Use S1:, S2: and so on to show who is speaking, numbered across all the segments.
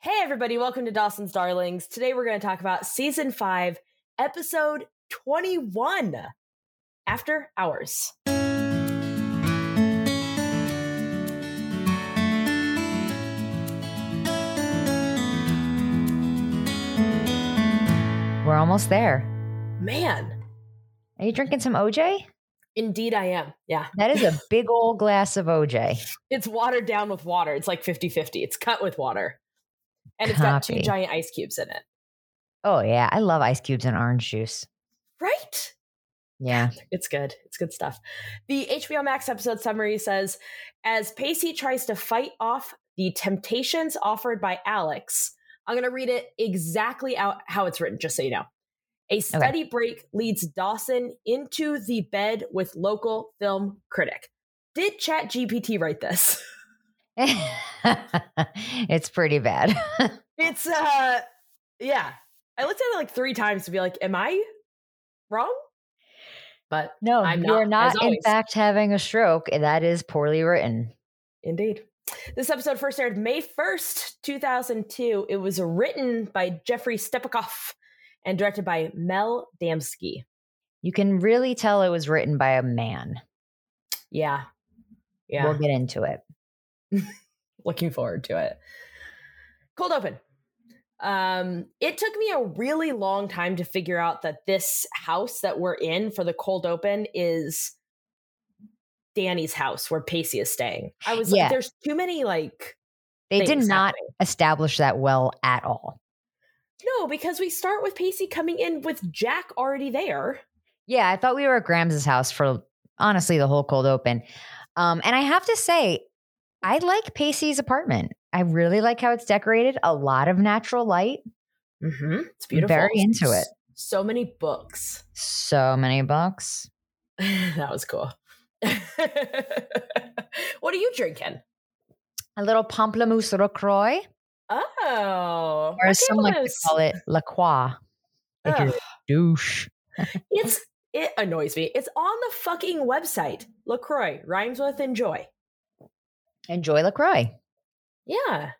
S1: Hey, everybody, welcome to Dawson's Darlings. Today we're going to talk about season five, episode 21 After Hours.
S2: We're almost there.
S1: Man,
S2: Are you drinking some OJ?
S1: indeed I am. Yeah.
S2: That is a big old glass of OJ.
S1: It's watered down with water. It's like 50 50. It's cut with water. And it's got two
S2: Copy.
S1: giant ice cubes in it.
S2: Oh yeah, I love ice cubes and orange juice.
S1: Right?
S2: Yeah.
S1: It's good. It's good stuff. The HBO Max episode summary says As Pacey tries to fight off the temptations offered by Alex, I'm going to read it exactly out how it's written, just so you know. A study break leads Dawson into the bed with local film critic. Did ChatGPT write this?
S2: it's pretty bad.
S1: It's, uh, yeah. I looked at it like three times to be like, am I wrong? But
S2: no,
S1: I'm
S2: you're
S1: not, as
S2: not, in
S1: always.
S2: fact having a stroke. That is poorly written.
S1: Indeed. This episode first aired May 1st, 2002. It was written by Jeffrey Stepikoff and directed by Mel Damsky.
S2: You can really tell it was written by a man.
S1: Yeah. Yeah.
S2: We'll get into it.
S1: Looking forward to it. Cold open. Um, it took me a really long time to figure out that this house that we're in for the cold open is Danny's house where Pacey is staying. I was
S2: Yeah.
S1: like, there's too many like
S2: They did
S1: things
S2: not
S1: happening.
S2: establish that well at all.
S1: No, because we start with Pacey coming in with Jack already there.
S2: Yeah, I thought we were at Graham's house for honestly the whole cold open. Um, and I have to say, I like Pacey's apartment. I really like how it's decorated. A lot of natural light.
S1: Mm-hmm. It's
S2: I'm
S1: beautiful.
S2: very into it.
S1: S- So many books.
S2: So many books.
S1: that was cool. what are you drinking?
S2: A little pamplemousse LaCroix,
S1: Oh,
S2: or as some like to
S1: pamplemousse.
S2: call it, La Croix. Like you're a
S1: Ugh.
S2: douche.
S1: It's it annoys me. It's on the fucking website. Lacroix rhymes with enjoy.
S2: Enjoy LaCroix.
S1: Yeah.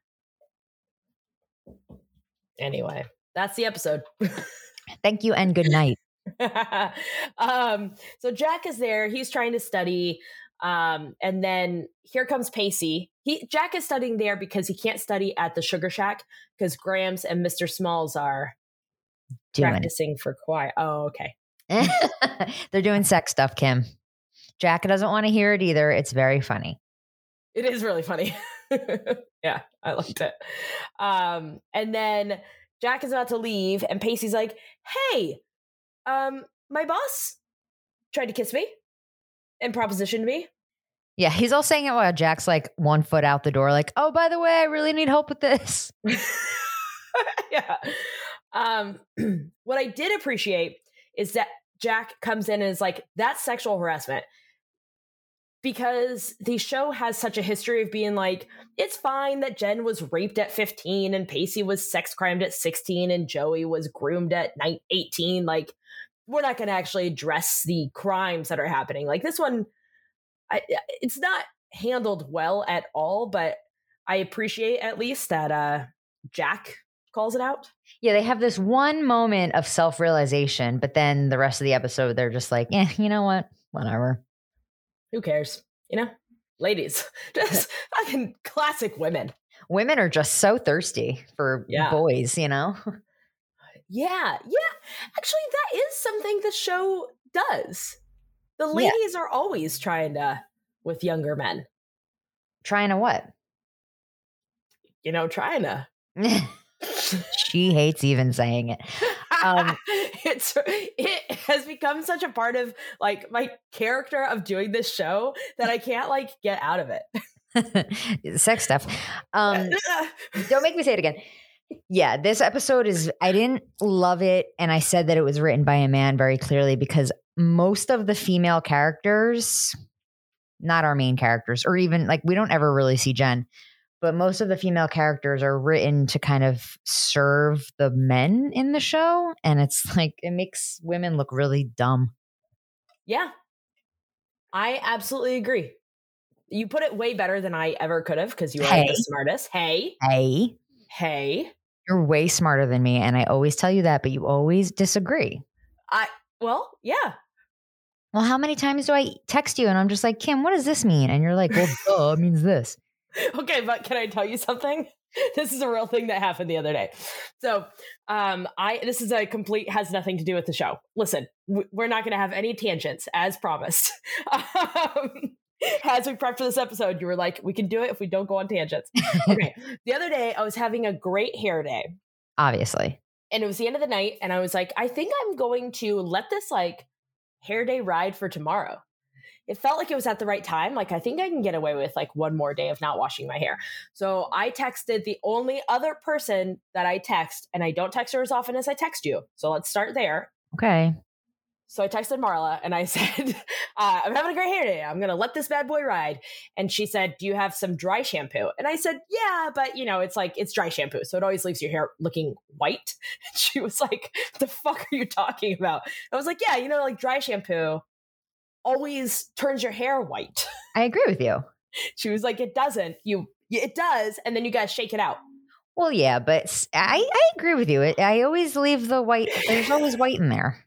S1: Anyway, that's the episode.
S2: Thank you and good night.
S1: um, so Jack is there. He's trying to study. Um, and then here comes Pacey. He Jack is studying there because he can't study at the Sugar Shack because Grams and Mr. Smalls are
S2: Doing
S1: practicing for choir. Oh, okay.
S2: it. They're doing sex stuff, Kim. Jack doesn't want to hear it either. It's very funny.
S1: It is really funny. yeah, I liked it. Um, and then Jack is about to leave, and Pacey's like, "Hey, um, my boss tried to kiss me and propositioned me."
S2: Yeah, he's all saying it while Jack's like one foot out the door, like, oh, by the way, I really need help with this.
S1: yeah. Um, what I did appreciate is that Jack comes in and is like, that's sexual harassment. Because the show has such a history of being like, it's fine that Jen was raped at 15 and Pacey was sex crimed at 16 and Joey was groomed at nine- 18. Like, we're not going to actually address the crimes that are happening. Like, this one, I, it's not handled well at all, but I appreciate at least that uh, Jack calls it out.
S2: Yeah, they have this one moment of self realization, but then the rest of the episode, they're just like, eh, you know what? Whatever.
S1: Who cares? You know, ladies, just fucking classic women.
S2: Women are just so thirsty for
S1: Yeah.
S2: boys, you know?
S1: Yeah, yeah. Actually, that is something the show does. The ladies are always trying to with younger men.
S2: Trying to what?
S1: You know, trying to.
S2: she hates even saying it. Um,
S1: it's it has become such a part of like my character of doing this show that I can't like get out of it.
S2: Sex stuff. Um,
S1: Uh,
S2: don't make me say it again. Yeah, this episode is I didn't love it and I said that it was written by a man very clearly because most of the female characters not our main characters or even like we don't ever really see Jen, but most of the female characters are written to kind of serve the men in the show and it's like it makes women look really dumb.
S1: Yeah. I absolutely agree. You put it way better than I ever could have because you are
S2: Hey.
S1: the smartest. Hey.
S2: Hey.
S1: Hey,
S2: You're way smarter than me, and I always tell you that, but you always disagree.
S1: well, yeah.
S2: Well, how many times do I e-, text you and I'm just like, Kim, what does this mean? And you're like, well, duh, it means this.
S1: Okay, but can I tell you something? This is a real thing that happened the other day. So, um, I this is a complete has nothing to do with the show. Listen, w- we're not going to have any tangents as promised. um, as we prepped for this episode, you were like, "We can do it if we don't go on tangents." Okay. the other day, I was having a great hair day,
S2: Obviously.
S1: and it was the end of the night and i was like i think i'm going to let this like hair day ride for tomorrow it felt like it was at the right time like i think i can get away with like one more day of not washing my hair so i texted the only other person that i text and i don't text her as often as i text you so let's start there
S2: Okay.
S1: so I texted Marla and I said, uh, I'm having a great hair day. I'm going to let this bad boy ride. And she said, Do you have some dry shampoo? And I said, Yeah, but you know, it's like, it's dry shampoo. So it always leaves your hair looking white. And she was like, The fuck are you talking about? I was like, Yeah, you know, like dry shampoo always turns your hair white.
S2: I agree with you.
S1: She was like, It doesn't. You, it does. And then you guys shake it out.
S2: Well, yeah, but s- I, I agree with you. It- I always leave the white, there's always white in there.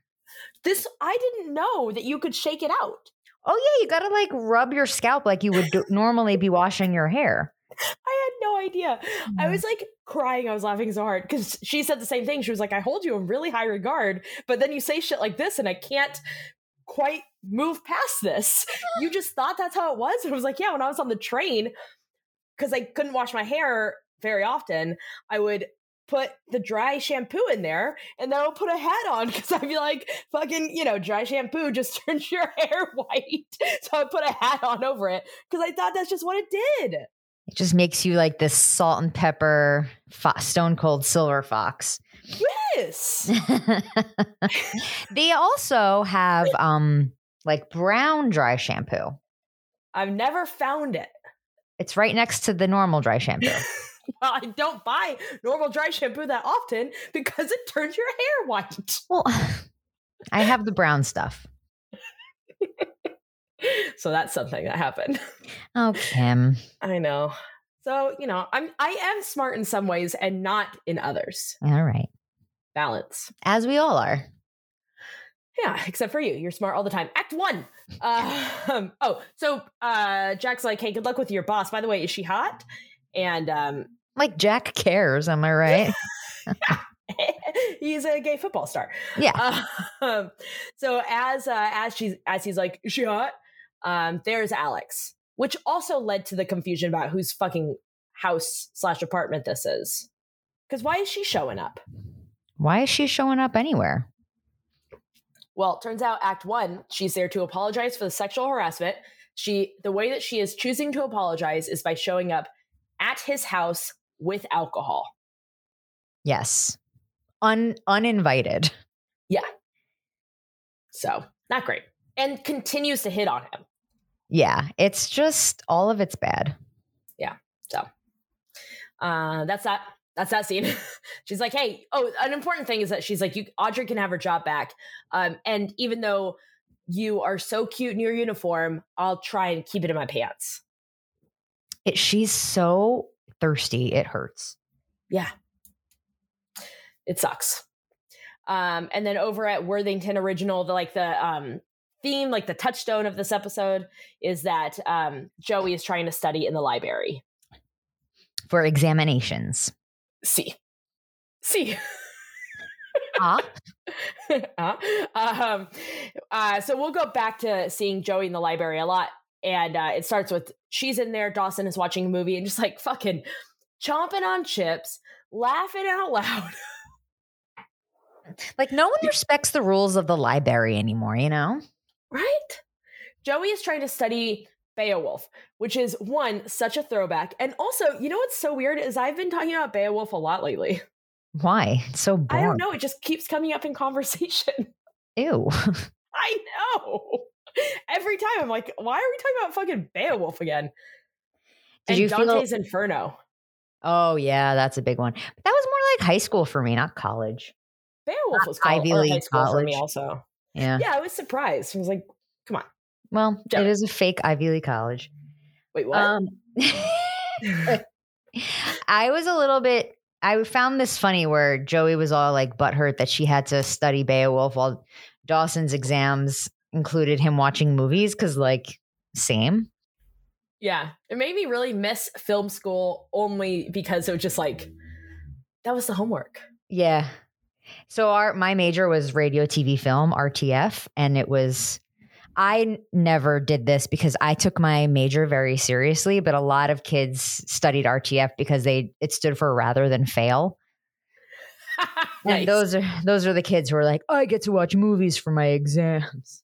S1: This, I didn't know that you could shake it out.
S2: Oh, yeah, you got to like rub your scalp like you would do- normally be washing your hair.
S1: I had no idea. I
S2: Mhm.
S1: was like crying. I was laughing so hard because she said the same thing. She was like, I hold you in really high regard, but then you say shit like this, and I can't quite move past this. You just thought that's how it was. And I was like, yeah, when I was on the train, because I couldn't wash my hair very often, I would put the dry shampoo in there and then I'll put a hat on because I'd be like, fucking, you know, dry shampoo just turns your hair white. So I put a hat on over it because I thought that's just what it did.
S2: It just makes you like this salt and pepper, fo- stone cold silver fox.
S1: Yes.
S2: they also have um like brown dry shampoo.
S1: I've never found it.
S2: It's right next to the normal dry shampoo.
S1: I don't buy normal dry shampoo that often because it turns your hair white.
S2: well, I have the brown stuff.
S1: So that's something that happened.
S2: Oh, Kim.
S1: I know. So, you know, I'm I am smart in some ways and not in others.
S2: All right.
S1: Balance.
S2: As we all are.
S1: Yeah, except for you. You're smart all the time. Act one. Um, oh, so uh, Jack's like, hey, good luck with your boss. By the way, is she hot? And um,
S2: Like Jack cares, am I right?
S1: he's a gay football star.
S2: Yeah.
S1: Um, so as uh, as she's as he's like, is she hot? Um, there's Alex, which also led to the confusion about whose fucking house slash apartment this is. Because why is she showing up?
S2: Why is she showing up anywhere?
S1: Well, it turns out Act One, she's there to apologize for the sexual harassment. She the way that she is choosing to apologize is by showing up at his house with alcohol.
S2: Yes. Un uninvited.
S1: So not great. And continues to hit on him.
S2: Yeah. It's just all of it's bad.
S1: Uh, that's that. That's that scene. she's like, "Hey, oh, an important thing is that she's like, you, Audrey can have her job back. Um, and even though you are so cute in your uniform, I'll try and keep it in my pants."
S2: It, she's so thirsty, it hurts.
S1: It sucks. Um, and then over at Worthington Original, the like the um theme, like the touchstone of this episode is that um Joey is trying to study in the library.
S2: For examinations.
S1: See, see.
S2: Ah.
S1: Uh, um, uh, so we'll go back to seeing Joey in the library a lot. And uh, it starts with she's in there, Dawson is watching a movie and just like fucking chomping on chips, laughing out loud.
S2: Like no one respects the rules of the library anymore, you know?
S1: Right? Joey is trying to study Beowulf, which is one, such a throwback. And also, you know what's so weird is I've been talking about Beowulf a lot lately.
S2: Why? It's so
S1: I
S2: boring.
S1: don't know. It just keeps coming up in conversation.
S2: Ew.
S1: I know. Every time I'm like, why are we talking about fucking Beowulf again?
S2: Did
S1: and
S2: you feel-
S1: Dante's Inferno.
S2: Oh yeah, that's a big one. But that was more like high school for me, not college.
S1: Beowulf was called
S2: Ivy
S1: or high
S2: League
S1: school for me
S2: college.
S1: also.
S2: Yeah.
S1: Yeah, I was surprised. I was like,
S2: Well,
S1: Yeah.
S2: it is a fake Ivy League college.
S1: wait, what?
S2: Um I was a little bit I found this funny where Joey was all like butthurt that she had to study Beowulf while Dawson's exams included him watching movies because, like, same.
S1: Yeah, it made me really miss film school only because it was just like that was the homework.
S2: Yeah. So our my major was radio, TV, film, RTF, and it was I never did this because I took my major very seriously, but a lot of kids studied RTF because they it stood for rather than fail.
S1: nice.
S2: And those are those are the kids who are like, oh, I get to watch movies for my exams.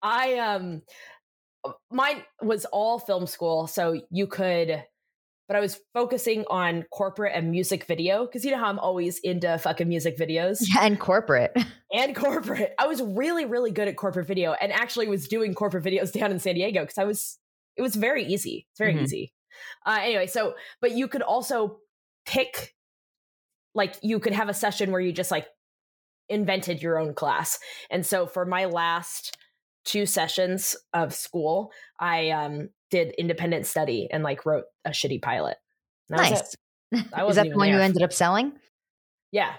S1: I um mine was all film school, so you could but I was focusing on corporate and music video because you know how I'm always into fucking music videos.
S2: Yeah, and corporate.
S1: and corporate. I was really, really good at corporate video and actually was doing corporate videos down in San Diego because I was, it was very easy. It's very
S2: Mhm.
S1: easy. Uh, anyway, so, but you could also pick, like, you could have a session where you just like invented your own class. And so for my last two sessions of school, I um, did independent study and like wrote a shitty pilot. And that was it.
S2: Nice.
S1: I
S2: Is
S1: wasn't
S2: that the
S1: even
S2: one you
S1: there.
S2: ended up selling?
S1: Yeah.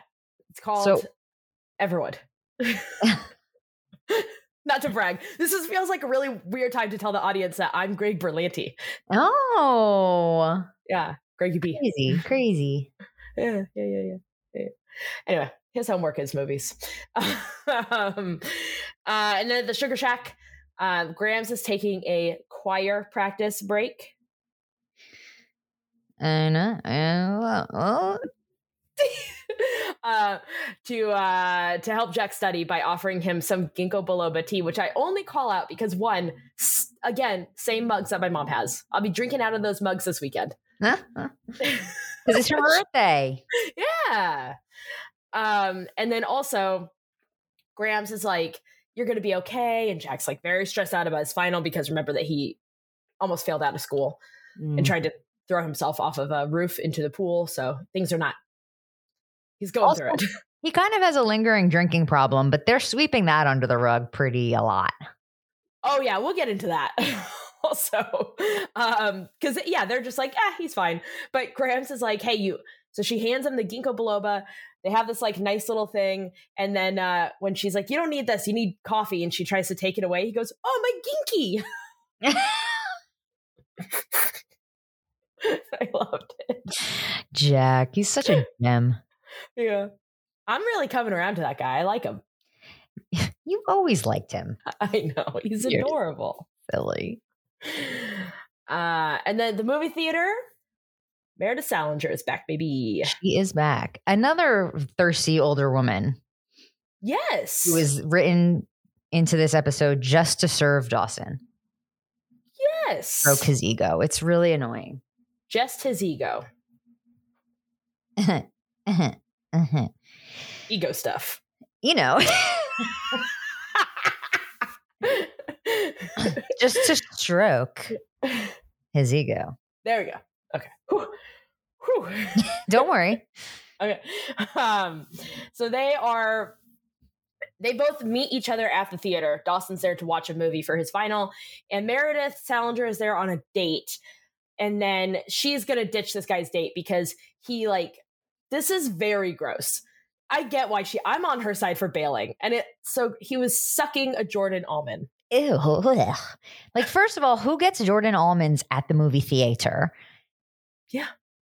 S1: It's called
S2: So-
S1: Everwood. Not to brag. This is, feels like a really weird time to tell the audience that I'm Greg Berlanti.
S2: Oh,
S1: Yeah. Greg, you be.
S2: crazy, crazy.
S1: Yeah, yeah, yeah, yeah, yeah. Anyway, his homework is movies. um, uh, and then at the Sugar Shack, um, Grams is taking a choir practice break.
S2: And uh, and, uh, oh.
S1: uh, to uh, to help Jack study by offering him some ginkgo biloba tea, which I only call out because one, s- again, same mugs that my mom has. I'll be drinking out of those mugs this weekend.
S2: Huh? Huh? 'Cause it's your birthday.
S1: Yeah. Um, and then also, Grams is like, "You're gonna be okay," and Jack's like very stressed out about his final because remember that he almost failed out of school
S2: Mm.
S1: and tried to throw himself off of a roof into the pool, so things are not. He's going
S2: Also-
S1: through it.
S2: He kind of has a lingering drinking problem, but they're sweeping that under the rug pretty a lot.
S1: Oh yeah, we'll get into that. also, um, because yeah, they're just like, ah, he's fine. But Gramps is like, hey, you. So she hands him the ginkgo biloba. They have this like nice little thing, and then uh, when she's like, you don't need this, you need coffee, and she tries to take it away, he goes, oh my ginky. I loved it.
S2: Jack, he's such a gem.
S1: Yeah, I'm really coming around to that guy. I like him.
S2: You've always liked him.
S1: I know he's
S2: Yes.
S1: adorable.
S2: Silly.
S1: Uh, and then the movie theater. Meredith Salinger is back, baby.
S2: She is back. Another thirsty older woman
S1: Yes,
S2: who was written into this episode just to serve Dawson.
S1: yes.
S2: Broke his ego. It's really annoying.
S1: just his ego
S2: Uh-huh. Uh-huh.
S1: ego stuff
S2: You know, just to stroke his ego.
S1: there we go okay Whew. Whew.
S2: Don't worry.
S1: okay um so they are they both meet each other at the theater dawson's there to watch a movie for his final and meredith salinger is there on a date and then she's gonna ditch this guy's date because he like this is very gross i get why she i'm on her side for bailing and it so he was sucking a jordan almond
S2: Ew. ugh. Like, first of all, who gets Jordan almonds at the movie theater?
S1: Yeah.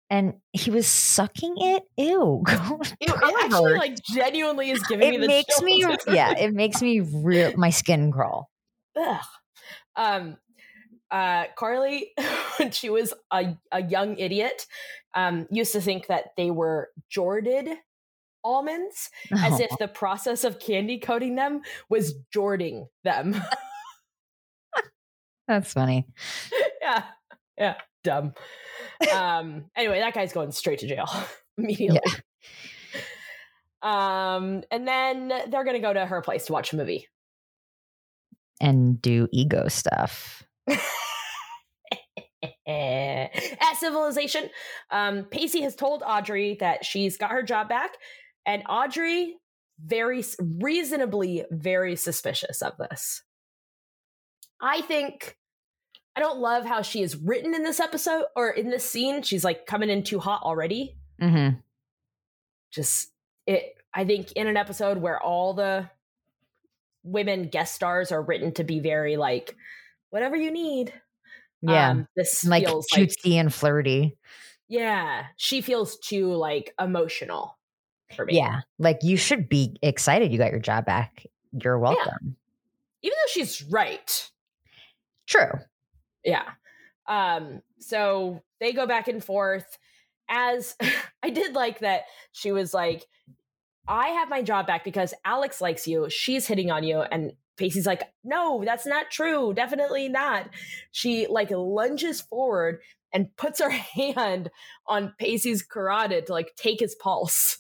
S2: And he was sucking it. Ew. go
S1: It, it actually
S2: pervert.
S1: like genuinely is giving me
S2: it
S1: the
S2: makes me
S1: chills.
S2: yeah it makes me real my skin crawl
S1: Ugh. Um, uh, Carly, when she was a, a young idiot, um, used to think that they were jorded almonds, as if the process of candy coating them was jording them.
S2: that's funny
S1: yeah, yeah, dumb. Um, anyway, that guy's going straight to jail immediately. Um, and then they're gonna go to her place to watch a movie.
S2: and do ego stuff
S1: Eh. At Civilization, um, Pacey has told Audrey that she's got her job back, and Audrey very reasonably very suspicious of this. I think I don't love how she is written in this episode or in this scene. She's like coming in too hot already.
S2: Mm-hmm.
S1: Just it. I think in an episode where all the women guest stars are written to be very like whatever you need.
S2: Yeah.
S1: um, this
S2: like
S1: feels
S2: cutesy
S1: like
S2: and flirty.
S1: yeah, she feels too like emotional for me.
S2: Yeah. Like you should be excited you got your job back. You're welcome.
S1: even though she's right.
S2: True.
S1: Yeah. Um, so they go back and forth. As I did like that she was like, I have my job back because Alex likes you. She's hitting on you. And Pacey's like, no, that's not true. Definitely not. She like lunges forward and puts her hand on Pacey's carotid to like take his pulse.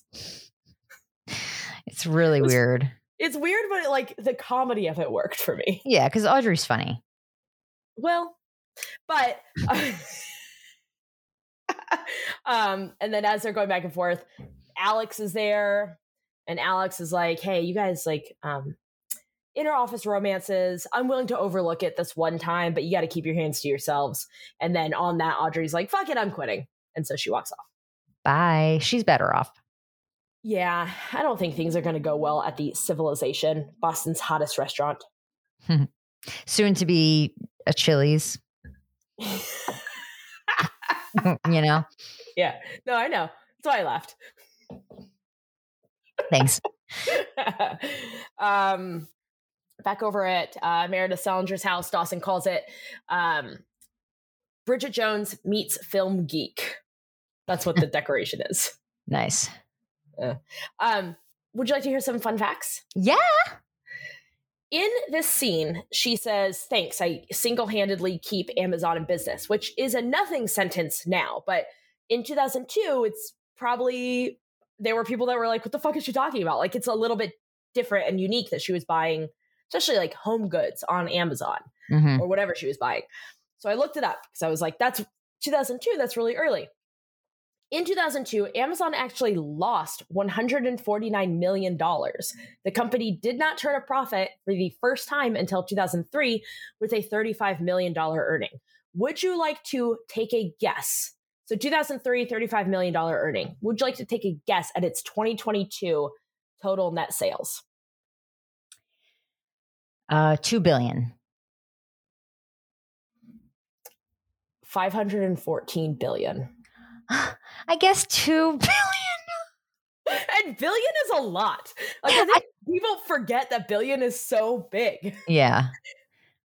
S2: It's really
S1: It was-
S2: weird.
S1: It's weird, but like the comedy of it worked for me.
S2: Yeah, because Audrey's funny.
S1: well but um and then as they're going back and forth alex is there and alex is like hey you guys like um inner office romances i'm willing to overlook it this one time but you got to keep your hands to yourselves and then on that audrey's like fuck it i'm quitting and so she walks off
S2: Bye. She's better off.
S1: yeah i don't think things are going to go well at the civilization boston's hottest restaurant
S2: Soon to be a Chili's, you know?
S1: no i know that's why i left
S2: Thanks.
S1: um, back over at uh, Meredith Salinger's house, Dawson calls it. Um, Bridget Jones meets film geek. That's what the decoration is.
S2: Nice.
S1: Um, would you like to hear some fun facts?
S2: Yeah.
S1: In this scene, she says, Thanks, I single handedly keep Amazon in business, which is a nothing sentence now. But in 2002, it's probably, there were people that were like, What the fuck is she talking about? Like, it's a little bit different and unique that she was buying, especially like home goods on Amazon
S2: hmm
S1: or whatever she was buying. So I looked it up because I was like, that's 2002, that's really early. In 2002, Amazon actually lost $149 million. The company did not turn a profit for the first time until 2003 with a $35 million earning. Would you like to take a guess? So 2003, $35 million earning. Would you like to take a guess at its 2022 total net sales?
S2: Uh, two billion.
S1: 514 billion.
S2: I guess two billion.
S1: and billion is a lot. Like I think people forget that billion is so big.
S2: Yeah.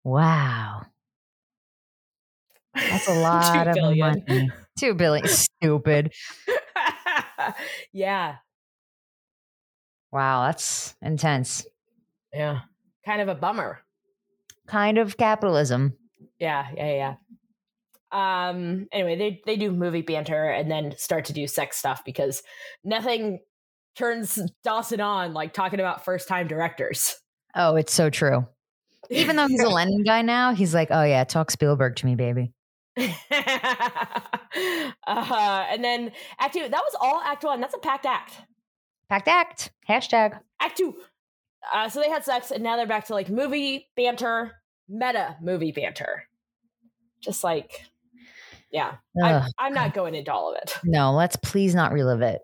S2: Wow. That's a lot
S1: Two
S2: of
S1: billion.
S2: money. Two billion. Stupid.
S1: yeah,
S2: Wow, that's intense.
S1: yeah, kind of a bummer.
S2: Kind of capitalism.
S1: Yeah, yeah, yeah. yeah. Um. Anyway, they they do movie banter and then start to do sex stuff because nothing turns Dawson on like talking about first time directors.
S2: Oh, it's so true. Even though he's a Lennon guy now, he's like, oh yeah, talk Spielberg to me, baby.
S1: uh, and then act two. That was all act one. That's a packed act.
S2: Packed act. Hashtag.
S1: Act two. Uh, so they had sex, and now they're back to like movie banter, meta movie banter. Just like, yeah, I'm,
S2: Ugh.
S1: I'm not going into all of it.
S2: no, let's please not relive it.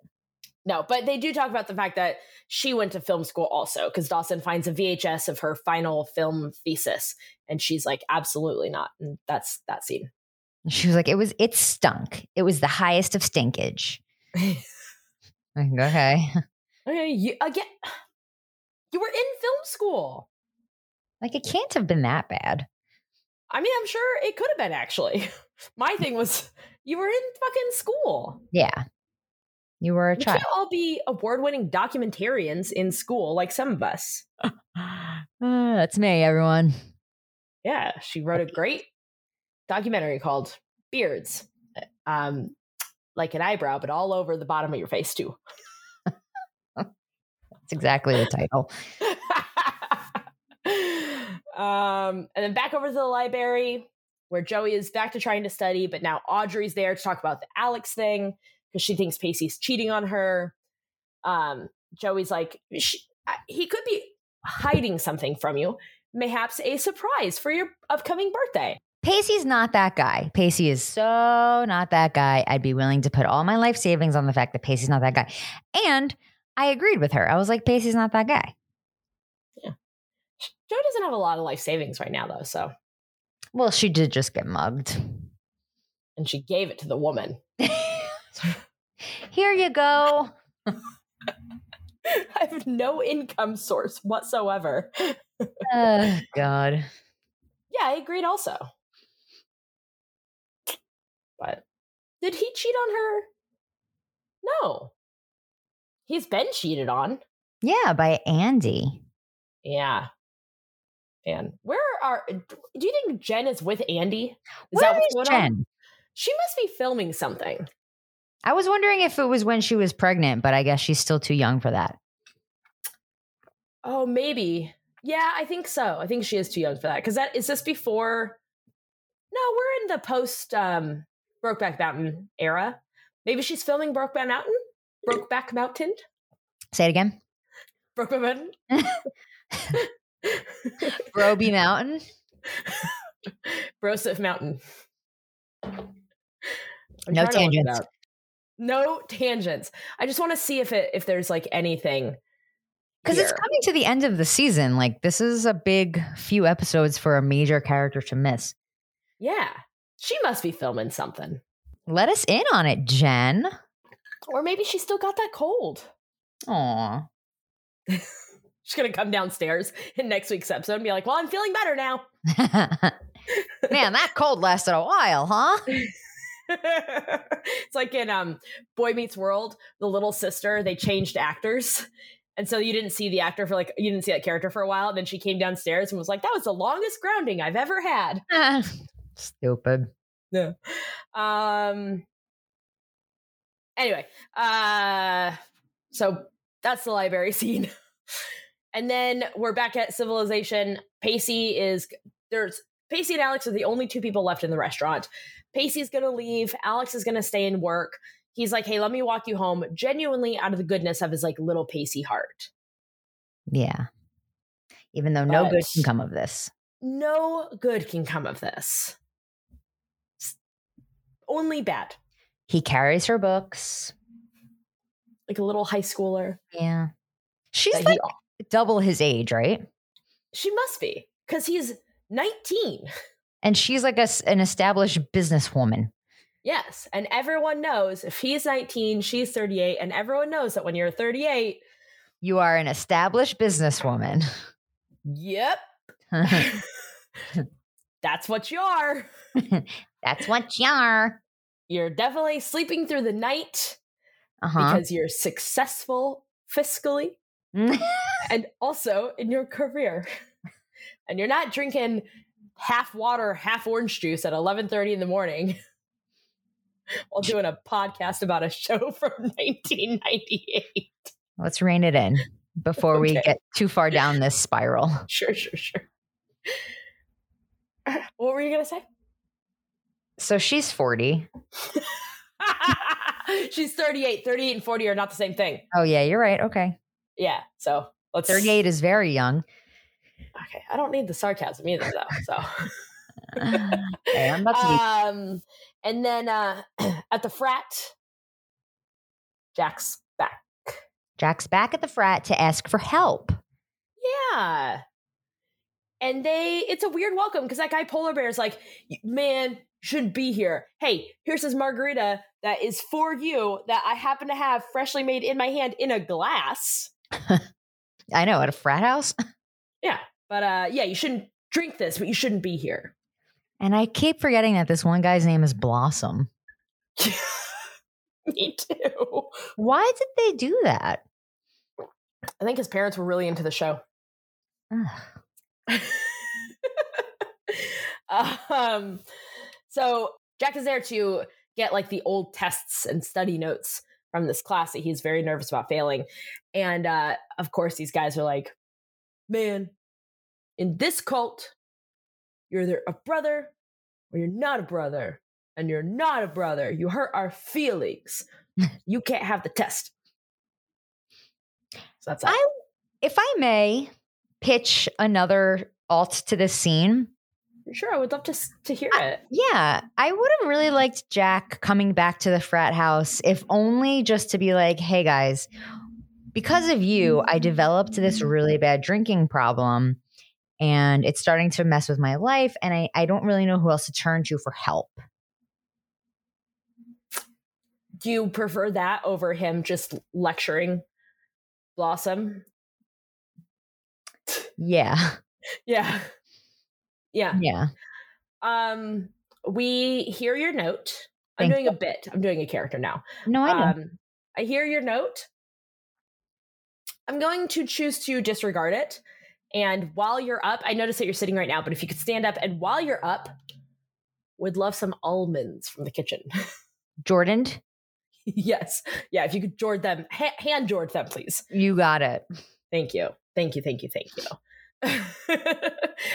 S1: No, but they do talk about the fact that she went to film school also, because Dawson finds a VHS of her final film thesis, and she's like, absolutely not. And that's that scene.
S2: She was like, it was it stunk. It was the highest of stinkage. Like, okay.
S1: Okay, you, again, you were in film school.
S2: Like it can't have been that bad.
S1: I mean, I'm sure it could have been actually. My thing was, you were in fucking school.
S2: Yeah. You were a
S1: We
S2: child.
S1: can't all be award-winning documentarians in school like some of us.
S2: Uh, that's me, everyone.
S1: Yeah, she wrote a great documentary called Beards, um, like an eyebrow, but all over the bottom of your face too.
S2: That's exactly the title.
S1: um, and then back over to the library where Joey is back to trying to study, but now Audrey's there to talk about the Alex thing because she thinks Pacey's cheating on her. Um, Joey's like, "Sh- I- he could be hiding something from you, mayhaps a surprise for your upcoming birthday.
S2: Pacey's not that guy. Pacey is so not that guy. I'd be willing to put all my life savings on the fact that Pacey's not that guy. And I agreed with her. I was like, Pacey's not that guy.
S1: Joe doesn't have a lot of life savings right now, though. So,
S2: Well, she did just get mugged.
S1: and she gave it to the woman.
S2: Here you go.
S1: I have no income source whatsoever.
S2: Oh, God.
S1: Yeah, I agreed also. But did he cheat on her? No. He's been cheated on.
S2: Yeah, by Andy.
S1: Yeah. And where are do you think Jen is with Andy? Is
S2: Where
S1: that what's
S2: is
S1: going on?
S2: Jen?
S1: She must be filming something.
S2: I was wondering if it was when she was pregnant, but I guess she's still too young for that.
S1: Oh, maybe. Yeah, I think so. I think she is too young for that. Cause that is this before No, we're in the post um Brokeback Mountain era. Maybe she's filming Brokeback Mountain? Brokeback Mountain?
S2: Say it again.
S1: Brokeback Mountain?
S2: Roby Mountain.
S1: Broseph Mountain. I'm trying to
S2: No
S1: look it
S2: tangents.
S1: up. No tangents. I just want to see if it if there's like anything.
S2: Because it's
S1: here.
S2: coming to the end of the season. Like, this is a big few episodes for a major character to miss.
S1: Yeah. She must be filming something.
S2: Let us in on it, Jen.
S1: Or maybe she still got that cold.
S2: Aw.
S1: She's gonna come downstairs in next week's episode and be like, "Well, I'm feeling better now."
S2: Man, that cold lasted a while, huh?
S1: it's like in um, Boy Meets World, the little sister. They changed actors, and so you didn't see the actor for like you didn't see that character for a while. And then she came downstairs and was like, "That was the longest grounding I've ever had."
S2: Ah, Stupid.
S1: No. Um. Anyway, uh, so that's the library scene, and then we're back at civilization. Pacey is there's Pacey and Alex are the only two people left in the restaurant. Pacey's gonna leave. Alex is gonna stay and work. He's like, "Hey, let me walk you home." Genuinely, out of the goodness of his like little Pacey heart.
S2: Yeah. Even though no good
S1: But-
S2: can come of this.
S1: No good can come of this. S- Only bad,
S2: He carries her books.
S1: like a little high schooler.
S2: Yeah. She's
S1: that he
S2: like double his age, right?
S1: She must be, because he's 19.
S2: And she's like a s an established businesswoman.
S1: Yes. And everyone knows if he's 19, she's 38. And everyone knows that when you're 38,
S2: You are an established businesswoman.
S1: yep, that's what you are.
S2: That's what you are.
S1: You're definitely sleeping through the night
S2: Uh huh.
S1: because you're successful fiscally and also in your career. And you're not drinking half water, half orange juice at 11:30 in the morning while doing a podcast about a show from 1998.
S2: Let's rein it in before we
S1: Okay.
S2: get too far down this spiral.
S1: Sure, sure, sure. What were you gonna say?
S2: So she's 40.
S1: She's 38. 38 and 40 are not the same thing.
S2: Oh, yeah, you're right. Okay.
S1: Yeah. So let's
S2: 38 is very young.
S1: Okay. I don't need the sarcasm either though. So
S2: Okay, I'm about to be-
S1: um and then uh at the frat, Jack's back.
S2: Jack's back at the frat to ask for help.
S1: Yeah. And they it's a weird welcome because that guy polar bear is like, man, shouldn't be here. Hey, here's this margarita that is for you that I happen to have freshly made in my hand in a glass.
S2: I know, at a frat house.
S1: But uh yeah, you shouldn't drink this, but you shouldn't be here.
S2: And I keep forgetting that this one guy's name is Blossom.
S1: Me too.
S2: Why did they do that?
S1: I think his parents were really into the show.
S2: Ugh.
S1: um so Jack is there to get like the old tests and study notes from this class that he's very nervous about failing. And uh of course these guys are like, Man, in this cult, you're either a brother or you're not a brother, and you're not a brother. You hurt our feelings. you can't have the test. So that's that.
S2: I, if I may, pitch another alt to this scene.
S1: Sure, I would love to s- to hear it.
S2: Yeah, I would have really liked Jack coming back to the frat house, if only just to be like, hey guys, because of you, I developed this really bad drinking problem and it's starting to mess with my life. And I, I don't really know who else to turn to for help.
S1: Do you prefer that over him just lecturing Blossom?
S2: Yeah. Mm.
S1: Yeah. Yeah.
S2: Yeah.
S1: Um we hear your note. I'm
S2: Thank
S1: doing a bit. I'm doing a character now.
S2: No, I know.
S1: Um I hear your note. I'm going to choose to disregard it. And while you're up, I notice that you're sitting right now, but if you could stand up and while you're up, would love some almonds from the kitchen.
S2: Jordan,
S1: yes. Yeah, if you could jord them, ha- hand jord them, please.
S2: you got it.
S1: Thank you. Thank you. Thank you. Thank you.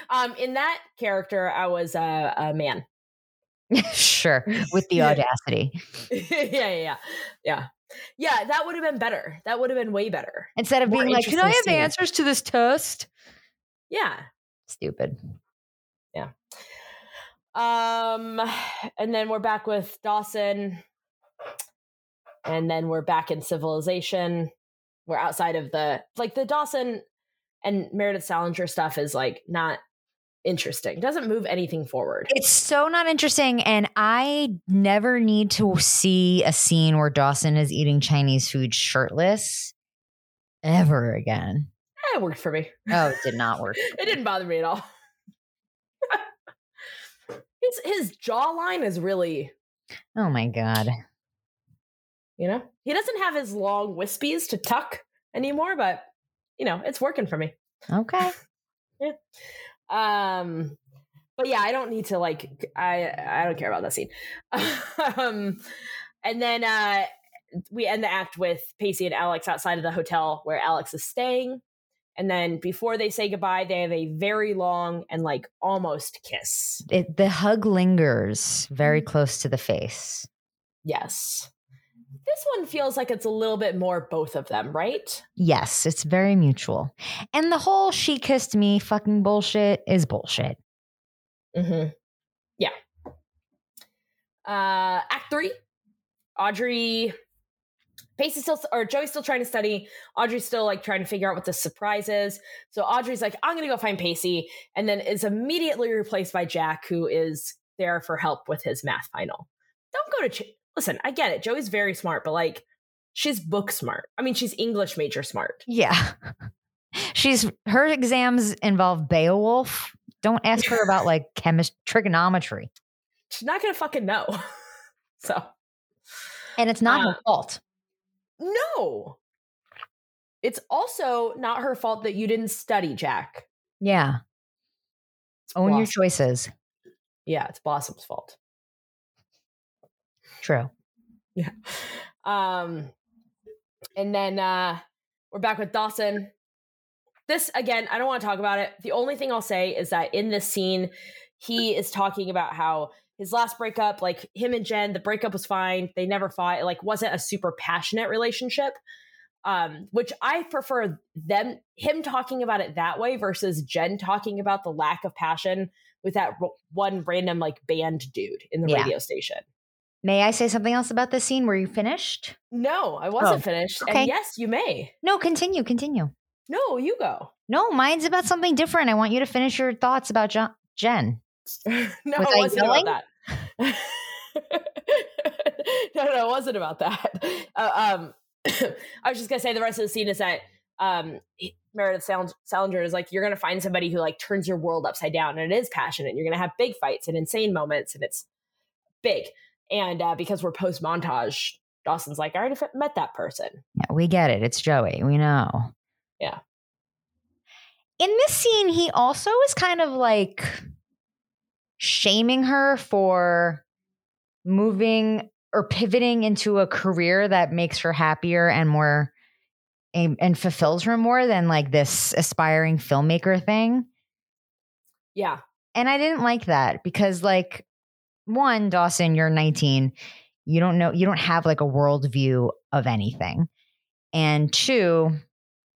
S1: um, in that character, I was uh, a man.
S2: sure. With the
S1: Yeah.
S2: audacity.
S1: yeah, yeah, yeah, yeah, yeah. That would have been better. That would have been way better.
S2: Instead of
S1: More
S2: being like, can I
S1: interesting scene.
S2: have answers to this test?
S1: Yeah.
S2: Stupid.
S1: Um, and then we're back with Dawson, and then we're back in civilization. We're outside of the like the Dawson and Meredith Salinger stuff is like not interesting. Doesn't move anything forward.
S2: It's so not interesting. And I never need to see a scene where Dawson is eating Chinese food shirtless ever again.
S1: Eh, it worked for me.
S2: Oh, it did not work.
S1: It didn't bother me at all. his his jawline is really
S2: Oh my God.
S1: You know, he doesn't have his long wispies to tuck anymore, but you know, it's working for me.
S2: Okay.
S1: Um, but yeah, I don't need to like, I I don't care about that scene. um, and then uh, we end the act with Pacey and Alex outside of the hotel where Alex is staying. And then before they say goodbye, they have a very long and like almost kiss.
S2: It, the hug lingers very close to the face.
S1: Yes. This one feels like it's a little bit more both of them, right?
S2: Yes, it's very mutual. And the whole she kissed me fucking bullshit is bullshit.
S1: Mm-hmm. Yeah. Uh, act three. Audrey, Pacey's still or Joey's still trying to study. Audrey's still like trying to figure out what the surprise is. So Audrey's like, "I'm gonna go find Pacey," and then is immediately replaced by Jack, who is there for help with his math final. Don't go to ch- listen. I get it. Joey's very smart, but like, she's book smart. I mean, she's English major smart.
S2: Yeah. She's her exams involve Beowulf. Don't ask her about like chemistry trigonometry.
S1: She's not gonna fucking know. so
S2: And it's not
S1: Uh,
S2: her fault.
S1: No. It's also not her fault that you didn't study, Jack.
S2: Yeah.
S1: It's
S2: Own your
S1: Blossom-
S2: choices.
S1: Yeah, it's Blossom's fault.
S2: True.
S1: Yeah. Um and then uh we're back with Dawson. This again, I don't want to talk about it. The only thing I'll say is that in this scene, he is talking about how his last breakup, like him and Jen, the breakup was fine. They never fought. It like wasn't a super passionate relationship. Um, which I prefer them him talking about it that way versus Jen talking about the lack of passion with that r- one random like band dude in the
S2: Yeah.
S1: radio station.
S2: May I say something else about this scene? Were you finished?
S1: No, I wasn't finished.
S2: Oh, okay.
S1: And yes, you may.
S2: No, continue, continue.
S1: No, you go.
S2: No, mine's about something different. I want you to finish your thoughts about jo- Jen.
S1: no,
S2: Was
S1: it
S2: I
S1: wasn't
S2: yelling?
S1: about that. no, no, it wasn't about that. Uh, um, I was just gonna say the rest of the scene is that um, he- Meredith Sal- Salinger is like, you're gonna find somebody who like turns your world upside down, and it is passionate. and You're gonna have big fights and insane moments, and it's big. And uh, because we're post montage, Dawson's like, I already f- met that person.
S2: Yeah, we get it. It's Joey. We know.
S1: Yeah.
S2: In this scene, he also is kind of like shaming her for moving or pivoting into a career that makes her happier and more and, and fulfills her more than like this aspiring filmmaker thing.
S1: Yeah,
S2: And I didn't like that because, like, one, Dawson, you're 19. You don't know, you don't have like a worldview of anything. And two,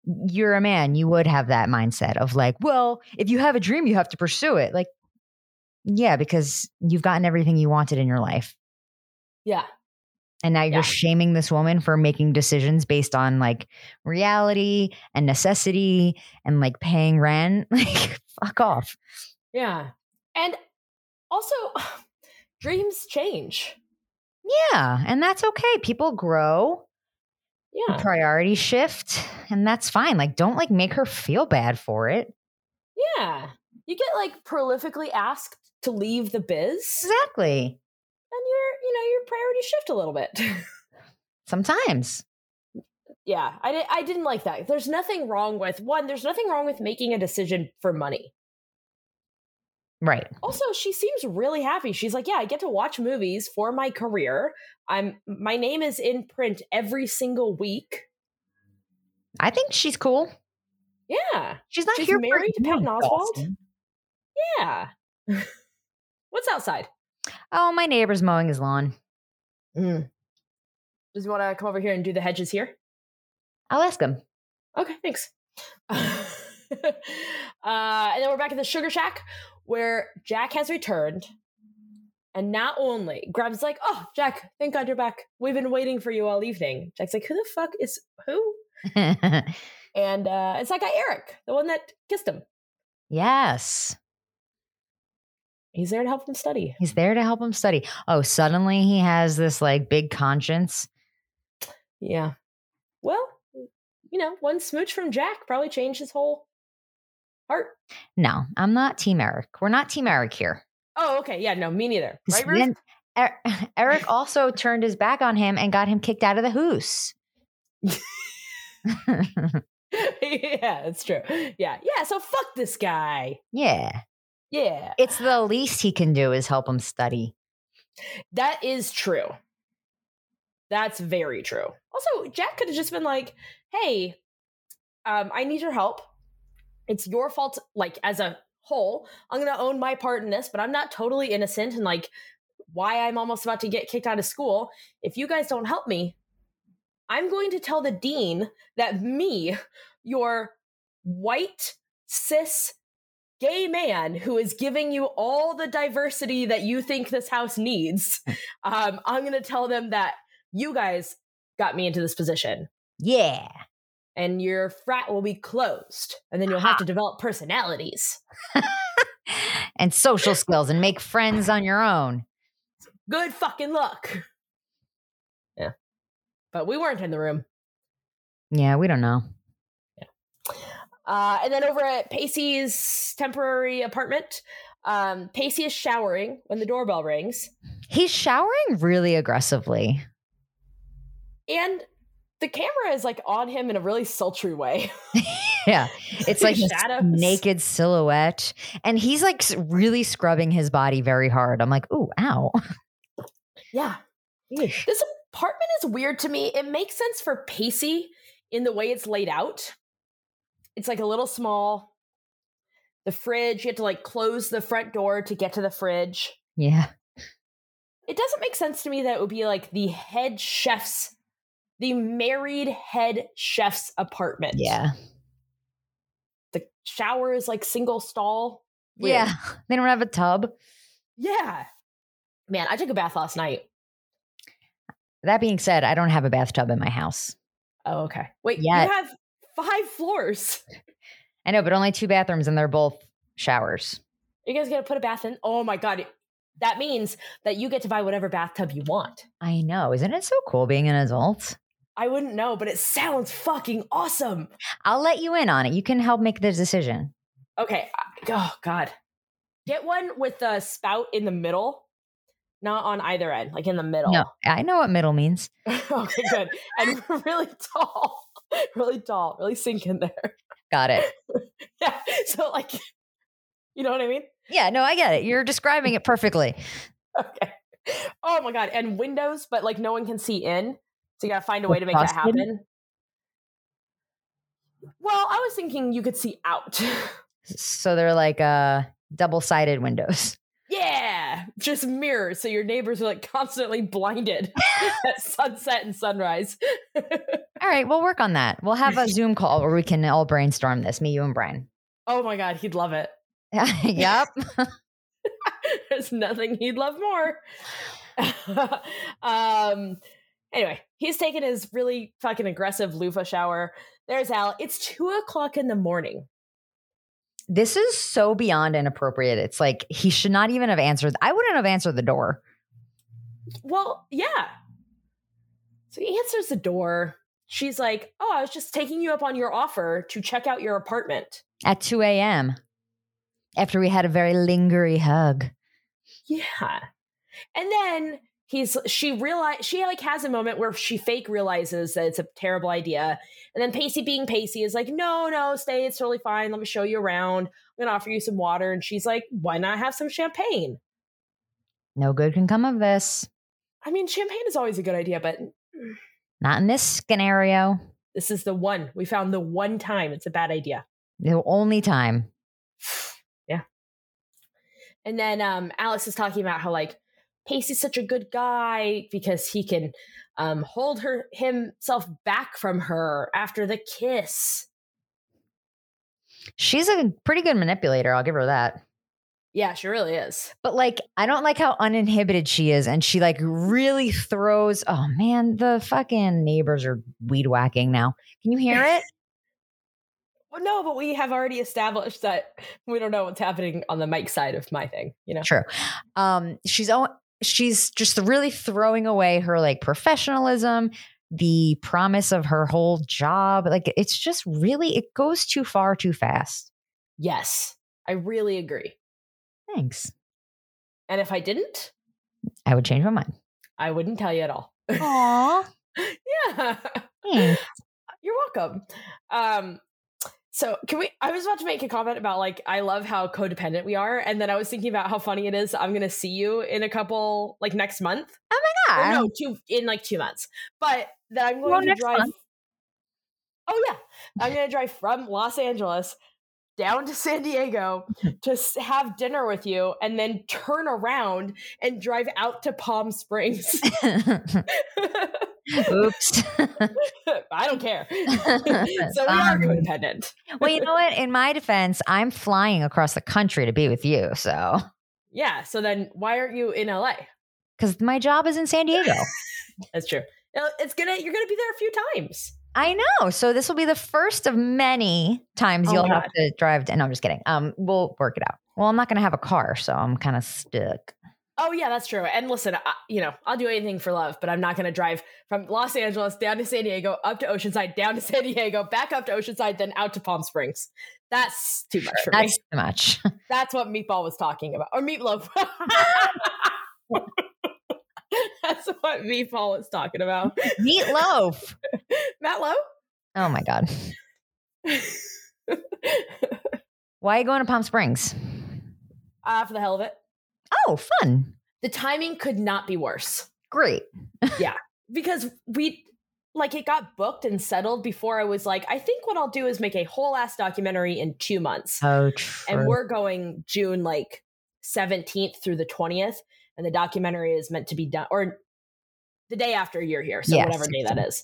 S2: you're a man. You would have that mindset of like, well, if you have a dream, you have to pursue it. Like, Yeah, because you've gotten everything you wanted in your life.
S1: Yeah.
S2: And now you're
S1: Yeah.
S2: shaming this woman for making decisions based on like reality and necessity and like paying rent. Like, fuck off.
S1: Yeah. And also, dreams change.
S2: Yeah. And that's okay. People grow,
S1: Yeah.
S2: priorities shift, and that's fine. Like, don't like make her feel bad for it.
S1: Yeah. You get like prolifically asked to leave the biz, and
S2: Exactly.
S1: your, you know, your priorities shift a little bit.
S2: Sometimes.
S1: yeah, I, di- I didn't like that. There's nothing wrong with one, there's nothing wrong with making a decision for money.
S2: Right.
S1: Also, she seems really happy. She's like, "Yeah, I get to watch movies for my career. I'm my name is in print every single week."
S2: I think she's cool.
S1: Yeah.
S2: She's not
S1: She's
S2: here for
S1: married to
S2: you,
S1: Patton Oswalt?
S2: Dawson.
S1: Yeah. What's outside?
S2: Oh, my neighbor's mowing his lawn.
S1: Does he want to come over here and do the hedges here?
S2: I'll ask him.
S1: Okay, thanks. uh, and then we're back at the Sugar Shack where Jack has returned. And not only Grubbs like, oh, Jack, thank God you're back. We've been waiting for you all evening. Jack's like, who the fuck is who? And uh, it's that guy Eric, the one that kissed him.
S2: yes.
S1: He's there to help him study.
S2: He's there to help him study. Oh, suddenly he has this like big conscience.
S1: Yeah. Well, you know, one smooch from Jack probably changed his whole heart.
S2: No, I'm not Team Eric. We're not Team Eric here.
S1: Oh, okay. Yeah, no, me neither.
S2: 'Cause
S1: Right, Ruth?
S2: then Er- Eric also turned his back on him and got him kicked out of the hoose.
S1: yeah, that's true. Yeah. Yeah, so fuck this guy.
S2: yeah.
S1: Yeah.
S2: It's the least he can do is help him study.
S1: That is true. That's very true. Also, Jack could have just been like, "Hey, um, I need your help. It's your fault. Like as a whole, I'm gonna own my part in this, but I'm not totally innocent and like why I'm almost about to get kicked out of school. If you guys don't help me, I'm going to tell the dean that me, your white cis gay man who is giving you all the diversity that you think this house needs. Um, I'm going to tell them that you guys got me into this position
S2: Yeah.
S1: and your frat will be closed. And then you'll have to develop personalities.
S2: And social skills and make friends on your own.
S1: Good fucking luck. Yeah. But we weren't in the room.
S2: Yeah, we don't know.
S1: Uh, and then over at Pacey's temporary apartment, um, Pacey is showering when the doorbell rings.
S2: He's showering really aggressively.
S1: And the camera is like on him in a really sultry way.
S2: Yeah. It's like this
S1: Shadows.
S2: naked silhouette. And he's like s- really scrubbing his body very hard. I'm like, ooh, ow.
S1: Yeah. This apartment is weird to me. It makes sense for Pacey in the way it's laid out. It's like a little small. The fridge, you have to like close the front door to get to the fridge.
S2: Yeah.
S1: It doesn't make sense to me that it would be like the head chef's, the married head chef's apartment.
S2: Yeah.
S1: The shower is like single stall. Weird.
S2: Yeah. They don't have a tub.
S1: Yeah. Man, I took a bath last night.
S2: That being said, I don't have a bathtub in my house.
S1: Oh, okay. Wait,
S2: Yet.
S1: you have five floors.
S2: I know, but only two bathrooms and they're both showers.
S1: You guys gonna put a bath in? Oh my god. That means that you get to buy whatever bathtub you want.
S2: I know. Isn't it so cool being an adult?
S1: I wouldn't know, but it sounds fucking awesome.
S2: I'll let you in on it. You can help make the decision.
S1: Okay. I- Oh god. Get one with the spout in the middle, not on either end, like in the middle.
S2: No, I know what middle means.
S1: okay, good. And really tall. Really tall. Really sink in there.
S2: Got it.
S1: Yeah. So like you know what I mean?
S2: Yeah, no, I get it. You're describing it perfectly.
S1: Okay. Oh my god. And windows, but like no one can see in. So you gotta find a way to make that
S2: Frosted?
S1: happen. Well, I was thinking you could see out.
S2: So they're like uh double sided windows.
S1: yeah. Just mirrors. So your neighbors are like constantly blinded at sunset and sunrise.
S2: All right, we'll work on that. We'll have a Zoom call where we can all brainstorm this, me, you, and Brian.
S1: Oh my god, he'd love it.
S2: yep.
S1: there's nothing he'd love more. um, anyway, he's taking his really fucking aggressive loofah shower. There's Al. It's two o'clock in the morning.
S2: This is so beyond inappropriate. It's like he should not even have answered. I wouldn't have answered the door.
S1: Well, yeah. So he answers the door. She's like, Oh, I was just taking you up on your offer to check out your apartment.
S2: At 2 a.m. After we had a very lingering hug.
S1: Yeah. And then he's she realize she like has a moment where she fake realizes that it's a terrible idea. And then Pacey being Pacey is like, no, no, stay, it's totally fine. Let me show you around. I'm gonna offer you some water. And she's like, why not have some champagne?
S2: No good can come of this.
S1: I mean, champagne is always a good idea, but
S2: Not in this scenario.
S1: this is the one. We found the one time it's a bad idea.
S2: The only time.
S1: And then um, Alex is talking about how like Pacey's such a good guy because he can um, hold her himself back from her after the kiss.
S2: She's a pretty good manipulator, I'll give her that.
S1: Yeah, she really is.
S2: But like, I don't like how uninhibited she is, and she like really throws. Oh man, the fucking neighbors are weed whacking now. Can you hear it?
S1: Well, no, but we have already established that we don't know what's happening on the mic side of my thing. You know,
S2: True. Um, she's oh, she's just really throwing away her like professionalism, the promise of her whole job. Like, it's just really it goes too far too fast.
S1: yes, I really agree.
S2: Thanks.
S1: And if I didn't,
S2: I would change my mind.
S1: I wouldn't tell you at all.
S2: Aw.
S1: yeah, you're welcome. Um, so can we? I was about to make a comment about like I love how codependent we are, and then I was thinking about how funny it is. I'm gonna see you in a couple, like next month. Or
S2: Yeah.
S1: no, two in like two months. But that I'm
S2: Ah. Well,
S1: going to
S2: next
S1: drive.
S2: month.
S1: Oh yeah, I'm going to drive from Los Angeles down to San Diego to s- have dinner with you, and then turn around and drive out to Palm Springs.
S2: Oops.
S1: I don't care. so we are
S2: Sorry.
S1: codependent.
S2: well, you know what? In my defense, I'm flying across the country to be with you. So,
S1: Yeah. So then, why aren't you in LA?
S2: because my job is in San Diego.
S1: That's true. No, It's gonna. You're gonna be there a few times.
S2: I know. So, this will be the first of many times
S1: Oh
S2: you'll
S1: my
S2: have to drive. To, no, I'm just kidding. Um, we'll work it out. Well, I'm not going to have a car. So, I'm kind of stuck.
S1: Oh yeah, that's true. And listen, I, you know, I'll do anything for love, but I'm not going to drive from Los Angeles down to San Diego, up to Oceanside, down to San Diego, back up to Oceanside, then out to Palm Springs. That's too much for
S2: That's
S1: me.
S2: too much.
S1: That's what Meatball was talking about, or Meatloaf. that's what Meatball was talking about.
S2: Meatloaf.
S1: Matt Lowe.
S2: Oh, my God. Why are you going to Palm Springs?
S1: Uh, for the hell of it,
S2: Oh, fun.
S1: the timing could not be worse
S2: Great.
S1: because we like it got booked and settled before I was like, I think what I'll do is make a whole ass documentary in two months.
S2: Oh, true.
S1: and we're going June like 17th through the 20th and the documentary is meant to be done or the day after you're here so
S2: Yes.
S1: whatever day that is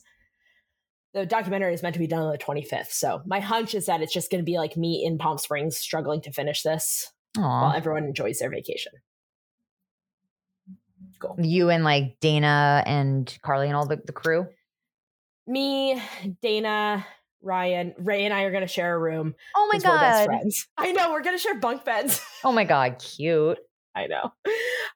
S1: the documentary is meant to be done on the 25th so my hunch is that it's just going to be like me in palm springs struggling to finish this
S2: Aw.
S1: while everyone enjoys their vacation cool
S2: you and like Dana and Carly and all the, the crew.
S1: me dana ryan ray and i are going to share a room
S2: Oh my
S1: 'cause we're best
S2: god.
S1: friends i know we're going to share bunk beds
S2: Oh my god, cute.
S1: I know.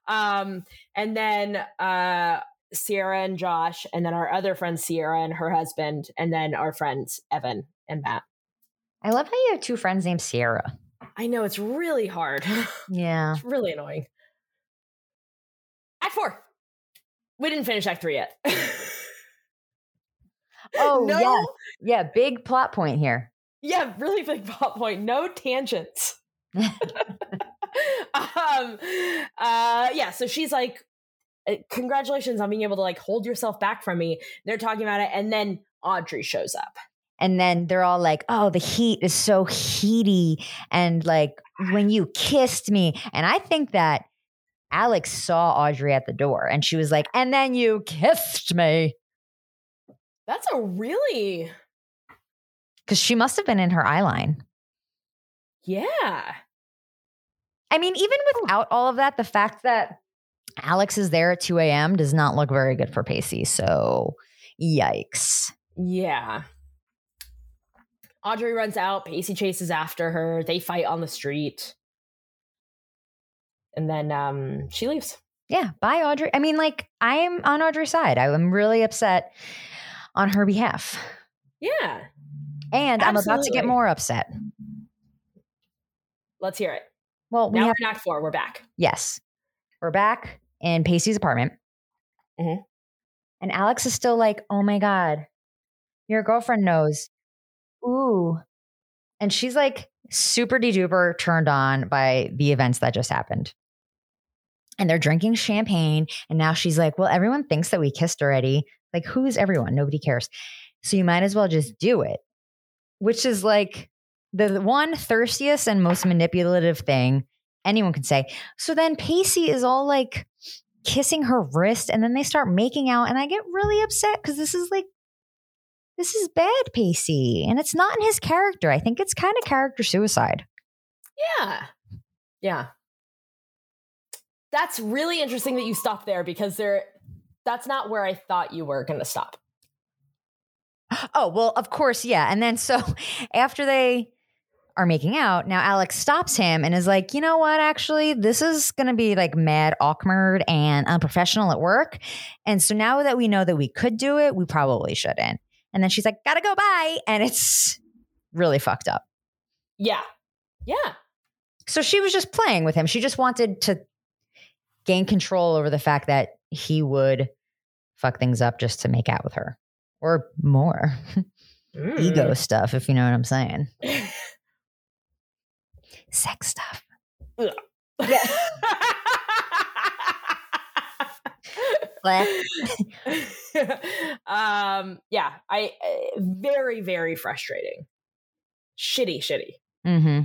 S1: Um, and then uh, Sierra and Josh, and then our other friend Sierra and her husband, and then our friends Evan and Matt.
S2: I love how you have two friends named Sierra.
S1: I know it's really hard.
S2: Yeah.
S1: it's really annoying. Act four. We didn't finish Act three yet.
S2: Oh,
S1: no.
S2: yeah. Yeah, big plot point here.
S1: Yeah, really big plot point. No tangents. um uh yeah, so she's like uh, congratulations on being able to like hold yourself back from me. They're talking about it and then Audrey shows up.
S2: And then they're all like, "Oh, the heat is so heaty and like when you kissed me." And I think that Alex saw Audrey at the door and she was like, "And then you kissed me."
S1: That's a really
S2: Cuz she must have been in her eyeline.
S1: yeah.
S2: I mean, even
S1: Oh.
S2: without all of that, the fact that Alex is there at 2 a.m. does not look very good for Pacey. So, yikes.
S1: Yeah. Audrey runs out. Pacey chases after her. They fight on the street. And then um, she leaves.
S2: Yeah. Bye, Audrey. I mean, like, I am on Audrey's side. I am really upset on her behalf.
S1: Yeah.
S2: And I'm about to get
S1: Absolutely.
S2: more upset.
S1: Let's hear it.
S2: Well, we
S1: now
S2: have,
S1: we're in Act Four. We're back.
S2: yes, we're back in Pacey's apartment.
S1: Mhm.
S2: And Alex is still like, oh my God, your girlfriend knows. Ooh. And she's like super de duper turned on by the events that just happened. And they're drinking champagne. And now she's like, well, everyone thinks that we kissed already. Like, who is everyone? Nobody cares. So you might as well just do it, which is like the one thirstiest and most manipulative thing anyone can say. So then Pacey is all like kissing her wrist and then they start making out. And I get really upset because this is like, this is bad, Pacey. And it's not in his character. I think it's kind of character suicide.
S1: Yeah. Yeah. That's really interesting that you stopped there because there that's not where I thought you were gonna stop.
S2: Oh, well, of course, yeah. And then so after they are making out, now Alex stops him and is like, you know what, actually, this is going to be like mad awkward and unprofessional at work. And so now that we know that we could do it, we probably shouldn't. And then she's like, gotta go, bye. And it's really fucked up.
S1: Yeah. Yeah.
S2: So she was just playing with him. She just wanted to gain control over the fact that he would fuck things up just to make out with her or more.
S1: Hmm.
S2: ego stuff, if you know what I'm saying. Sex stuff. Blech.
S1: um yeah, I uh, very very frustrating. Shitty, shitty.
S2: Mm-hmm.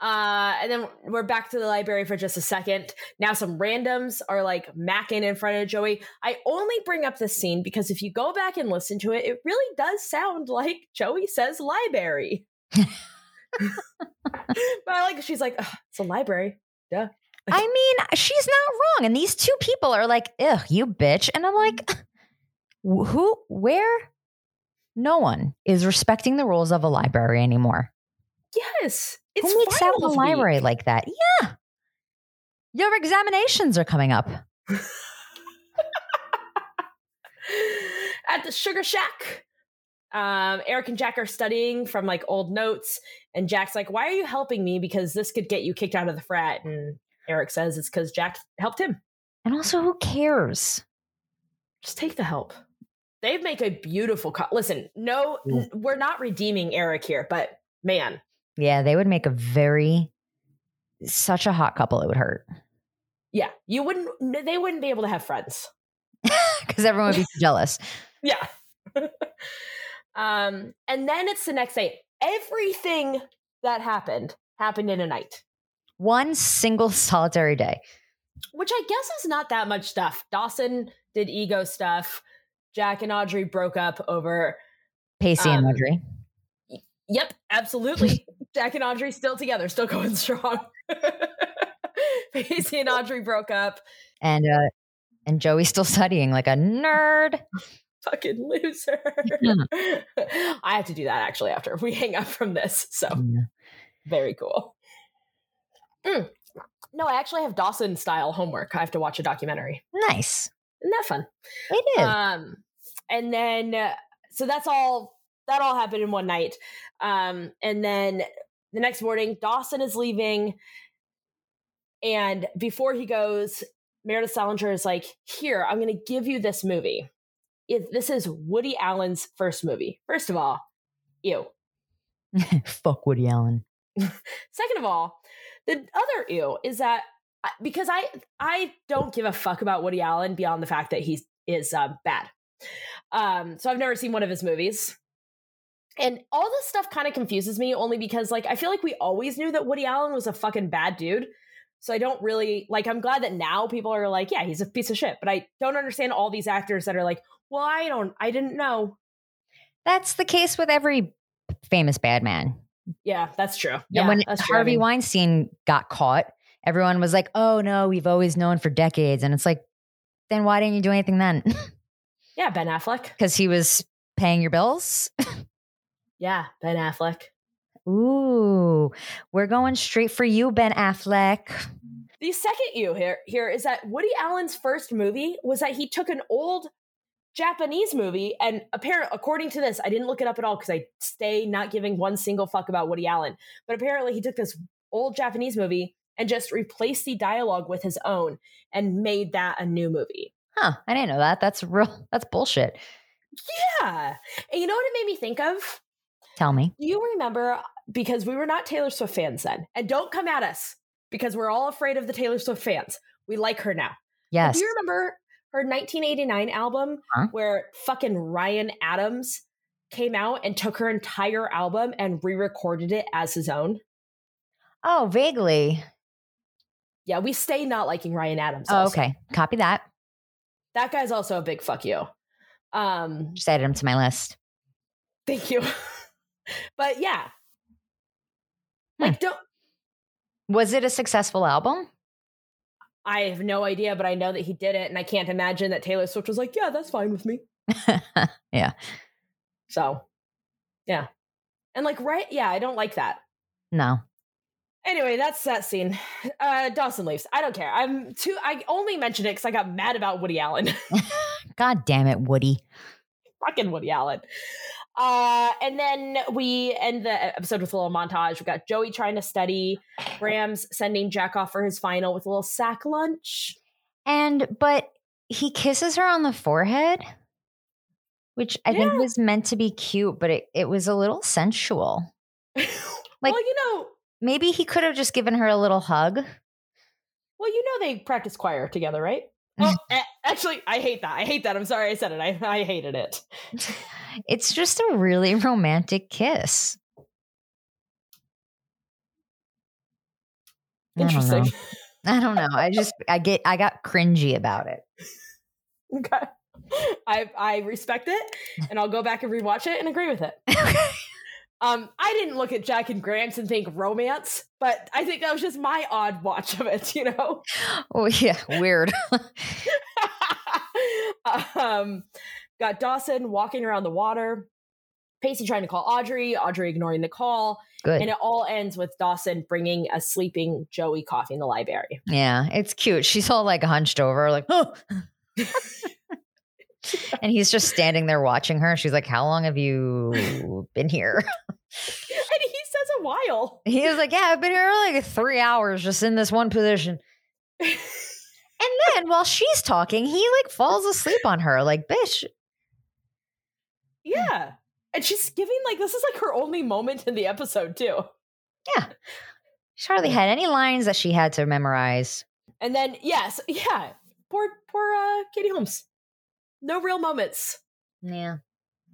S1: Uh, and then we're back to the library for just a second. Now some randoms are like macking in front of Joey. I only bring up this scene because if you go back and listen to it, it really does sound like Joey says library. but I like she's like, "Ugh, it's a library.
S2: I mean, she's not wrong. And these two people are like, ugh, you bitch. And I'm like, wh- who, where? No one is respecting the rules of a library anymore.
S1: Yes. It's
S2: who makes out in the
S1: finals week.
S2: library like that? Yeah. Your examinations are coming up.
S1: at the Sugar Shack. Um, Eric and Jack are studying from like old notes, and Jack's like, "Why are you helping me? Because this could get you kicked out of the frat." And Eric says it's because Jack helped him.
S2: And also, who cares?
S1: Just take the help. They make a beautiful. Co- Listen, no, n- we're not redeeming Eric here, but man,
S2: Yeah, they would make a very, such a hot couple, it would hurt.
S1: yeah, you wouldn't. n- They wouldn't be able to have friends.
S2: Because everyone would be jealous.
S1: Yeah. um, and then it's the next day. Everything that happened happened in a night.
S2: One single solitary day.
S1: which I guess is not that much stuff. Dawson did ego stuff. Jack and Audrey broke up over.
S2: Pacey and
S1: Um,
S2: Audrey.
S1: Yep, absolutely. Jack and Audrey still together, still going strong. Pacey and Audrey broke up.
S2: And uh and Joey's still studying like a nerd.
S1: Fucking loser. I have to do that actually after we hang up from this. So
S2: Mm.
S1: very cool. Mm. No, I actually have Dawson style homework. I have to watch a documentary.
S2: Nice.
S1: Isn't that fun?
S2: It is.
S1: Um, and then uh, so that's all that all happened in one night. Um, and then the next morning, Dawson is leaving, and before he goes, Meredith Salinger is like, "Here, I'm going to give you this movie. If this is Woody Allen's first movie, first of all, ew.
S2: Fuck Woody Allen.
S1: Second of all, the other ew is that I- because I I don't give a fuck about Woody Allen beyond the fact that he is uh, bad. Um, so I've never seen one of his movies, and all this stuff kind of confuses me only because like I feel like we always knew that Woody Allen was a fucking bad dude. So I don't really like. I'm glad that now people are like, yeah, he's a piece of shit. But I don't understand all these actors that are like, well, I don't, I didn't know.
S2: That's the case with every famous bad man.
S1: Yeah, that's true. Yeah,
S2: and when
S1: that's true. I
S2: Harvey
S1: mean,
S2: Weinstein got caught, everyone was like, "Oh no, we've always known for decades." And it's like, then why didn't you do anything then?
S1: yeah, Ben Affleck.
S2: Because he was paying your bills.
S1: Yeah, Ben Affleck.
S2: Ooh, we're going straight for you, Ben Affleck.
S1: The second you here here is that Woody Allen's first movie was that he took an old Japanese movie and apparent according to this, I didn't look it up at all because I stay not giving one single fuck about Woody Allen. But apparently he took this old Japanese movie and just replaced the dialogue with his own and made that a new movie.
S2: Huh? I didn't know that. That's real. That's bullshit.
S1: Yeah. And you know what it made me think of?
S2: Tell me.
S1: Do you remember because we were not Taylor Swift fans then? And don't come at us because we're all afraid of the Taylor Swift fans. We like her now.
S2: Yes.
S1: Do you remember her 1989 album
S2: Huh?
S1: where fucking Ryan Adams came out and took her entire album and re-recorded it as his own?
S2: Oh, vaguely.
S1: Yeah, we stay not liking Ryan Adams.
S2: Oh,
S1: also.
S2: okay. Copy that.
S1: That guy's also a big fuck you. Um,
S2: Just added him to my list.
S1: thank you. but yeah.
S2: Hmm.
S1: Like don't
S2: Was it a successful album?
S1: I have no idea, but I know that he did it, and I can't imagine that Taylor Swift was like, "Yeah, that's fine with me."
S2: Yeah.
S1: So, yeah, and like, right? Yeah, I don't like that.
S2: No.
S1: Anyway, that's that scene. Uh, Dawson leaves. I don't care. I'm too. I only mentioned it because I got mad about Woody Allen.
S2: God damn it, Woody.
S1: Fucking Woody Allen. Uh, and then we end the episode with a little montage. We got Joey trying to study, Graham's sending Jack off for his final with a little sack lunch.
S2: And but he kisses her on the forehead, which I think
S1: Yeah.
S2: was meant to be cute, but it, it was a little sensual.
S1: well, you know,
S2: Maybe he could have just given her a little hug.
S1: Well, you know they practice choir together, right? Well, a- actually, I hate that. I hate that. I'm sorry I said it. I, I hated it.
S2: It's just a really romantic kiss. I don't
S1: Interesting.
S2: know. I don't know. I just I get I got cringy about it.
S1: okay. I I respect it, and I'll go back and rewatch it and agree with it. Um, I didn't look at Jack and Grant and think romance, but I think that was just my odd watch of it. You know.
S2: oh yeah, weird.
S1: um, got Dawson walking around the water. Pacey trying to call Audrey. Audrey ignoring the call.
S2: Good.
S1: And it all ends with Dawson bringing a sleeping Joey coffee in the library.
S2: Yeah, it's cute. She's all like hunched over, like, oh. and he's just standing there watching her. She's like, How long have you been here?
S1: And he says a while.
S2: He was like, Yeah, I've been here like three hours just in this one position. And then while she's talking, he like falls asleep on her, like, Bitch,
S1: yeah. And she's giving like this is like her only moment in the episode too.
S2: she hardly had any lines that she had to memorize.
S1: And then yes, yeah. Poor poor uh Katie Holmes. No real moments.
S2: Yeah.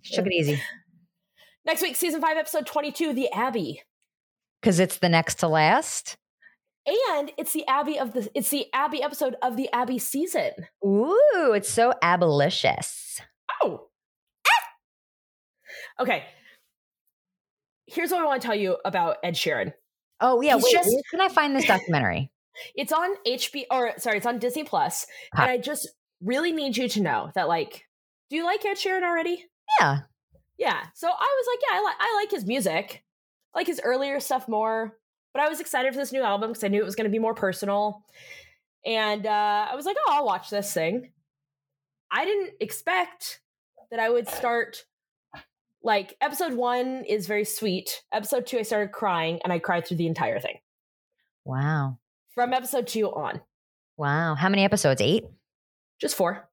S2: She took it easy
S1: Next week, season five, episode twenty-two, The Abbey.
S2: because it's the next to last.
S1: And it's the Abbey of the it's the Abbey episode of the Abbey season.
S2: Ooh, it's so abolitious.
S1: Oh. Ah! Okay. Here's what I want to tell you about Ed Sheeran.
S2: Oh, yeah.
S1: He's
S2: Wait,
S1: just-
S2: where can I find this documentary?
S1: it's on HBO or sorry, it's on Disney Plus,
S2: Hot.
S1: And I just really need you to know that like, do you like Ed Sheeran already?
S2: Yeah.
S1: Yeah. So I was like, yeah, I like I like his music. I like his earlier stuff more. But I was excited for this new album because I knew it was gonna be more personal. And uh, I was like, oh, I'll watch this thing. I didn't expect that I would start like episode one is very sweet. Episode two, I started crying and I cried through the entire thing.
S2: Wow.
S1: From episode two on.
S2: Wow. How many episodes? Eight?
S1: Just four.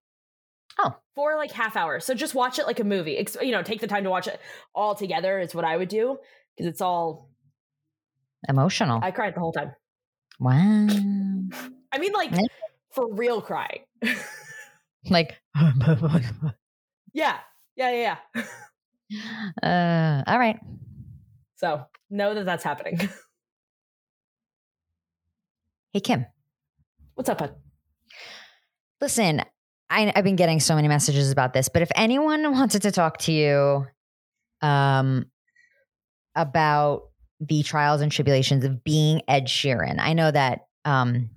S2: Oh.
S1: Four like half hours. So just watch it like a movie. Ex- you know, take the time to watch it all together is what I would do because it's all
S2: Emotional.
S1: I cried the whole time.
S2: wow.
S1: I mean like
S2: Yeah.
S1: for real crying.
S2: Like, uh,
S1: yeah. Yeah, yeah, yeah.
S2: all right.
S1: So know that that's happening.
S2: Hey, Kim,
S1: What's up, bud?
S2: listen, I, I've been getting so many messages about this, but if anyone wanted to talk to you um, about the trials and tribulations of being Ed Sheeran. I know that um,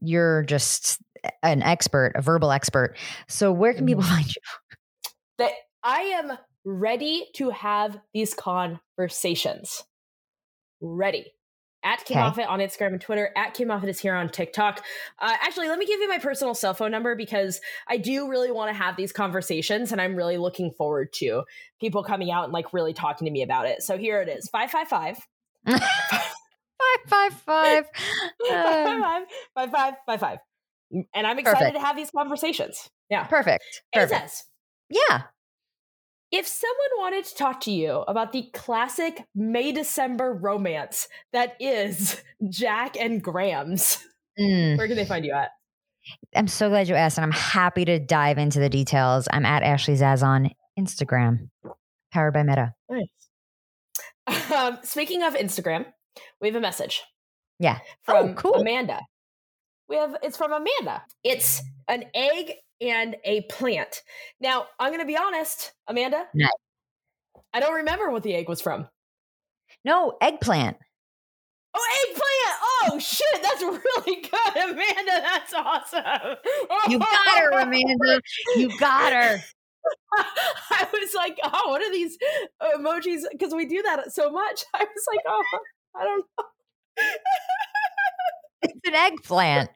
S2: you're just an expert, a verbal expert. So where can
S1: Mm-hmm.
S2: people find you?
S1: That I am ready to have these conversations. Ready. At Kim
S2: Okay.
S1: Moffitt on Instagram and Twitter. At Kim Moffitt is here on TikTok. Uh, actually, let me give you my personal cell phone number because I do really want to have these conversations and I'm really looking forward to people coming out and like really talking to me about it. So here it is 555
S2: Five five five. Um,
S1: 555 555. And I'm excited
S2: Perfect.
S1: to have these conversations. Yeah.
S2: perfect.
S1: And
S2: Perfect.
S1: It says,
S2: Yeah.
S1: If someone wanted to talk to you about the classic May December romance that is Jack and Graham's,
S2: Mm.
S1: where can they find you at?
S2: I'm so glad you asked, and I'm happy to dive into the details. I'm at Ashley Zaz on Instagram, powered by Meta.
S1: Nice. Um, speaking of Instagram, we have a message.
S2: Yeah.
S1: From
S2: Oh, cool.
S1: Amanda. We have it's from Amanda. It's an egg and a plant. Now, I'm gonna be honest, Amanda.
S2: Nice.
S1: I don't remember what the egg was from.
S2: No, eggplant.
S1: Oh, eggplant! Oh shit, that's really good, Amanda. That's awesome.
S2: You got her, Amanda. You got her.
S1: I was like, oh, what are these emojis? Because we do that so much. I was like, oh, I don't.
S2: It's an eggplant.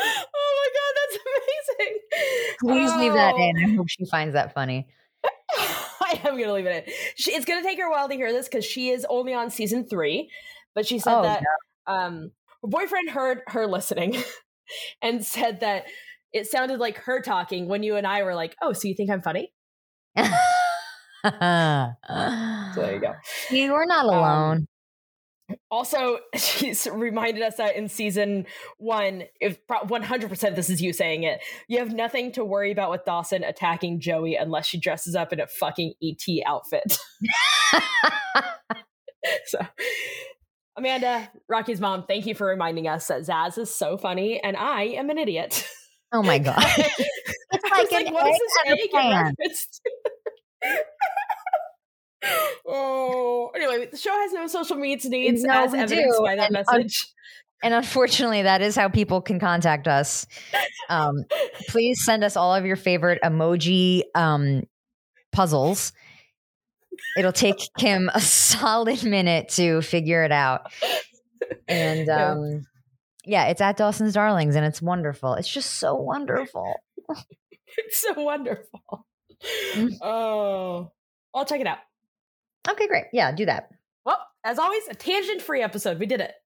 S1: Oh my god, that's amazing.
S2: Please leave that
S1: Oh.
S2: in. I hope she finds that funny.
S1: I am gonna leave it in. She, it's gonna take her a while to hear this because she is only on season three, but she said
S2: Oh,
S1: that um, her boyfriend heard her listening and said that it sounded like her talking when you and I were like, "Oh, so you think I'm funny?" So there you go. Um,
S2: You are not alone.
S1: Also, she's reminded us that in season one, if one hundred percent this is you saying it, you have nothing to worry about with Dawson attacking Joey unless she dresses up in a fucking ET outfit. so Amanda, Rocky's mom, thank you for reminding us that Zaz is so funny and I am an idiot.
S2: oh my god.
S1: I was
S2: like an
S1: what is
S2: egg
S1: this
S2: and a
S1: egg in
S2: fan.
S1: reference to? oh, anyway, the show has no social media needs
S2: No,
S1: as
S2: we
S1: evidenced
S2: do,
S1: by that
S2: and un-
S1: message.
S2: And unfortunately, that is how people can contact us. Um, please send us all of your favorite emoji um, puzzles. It'll take Kim a solid minute to figure it out. And
S1: Yeah.
S2: um, yeah, it's at Dawson's Darlings and it's wonderful. It's just so wonderful.
S1: it's so wonderful.
S2: Mm.
S1: oh, I'll check it out.
S2: Okay, great. Yeah, do that.
S1: Well, as always, a tangent free episode. We did it.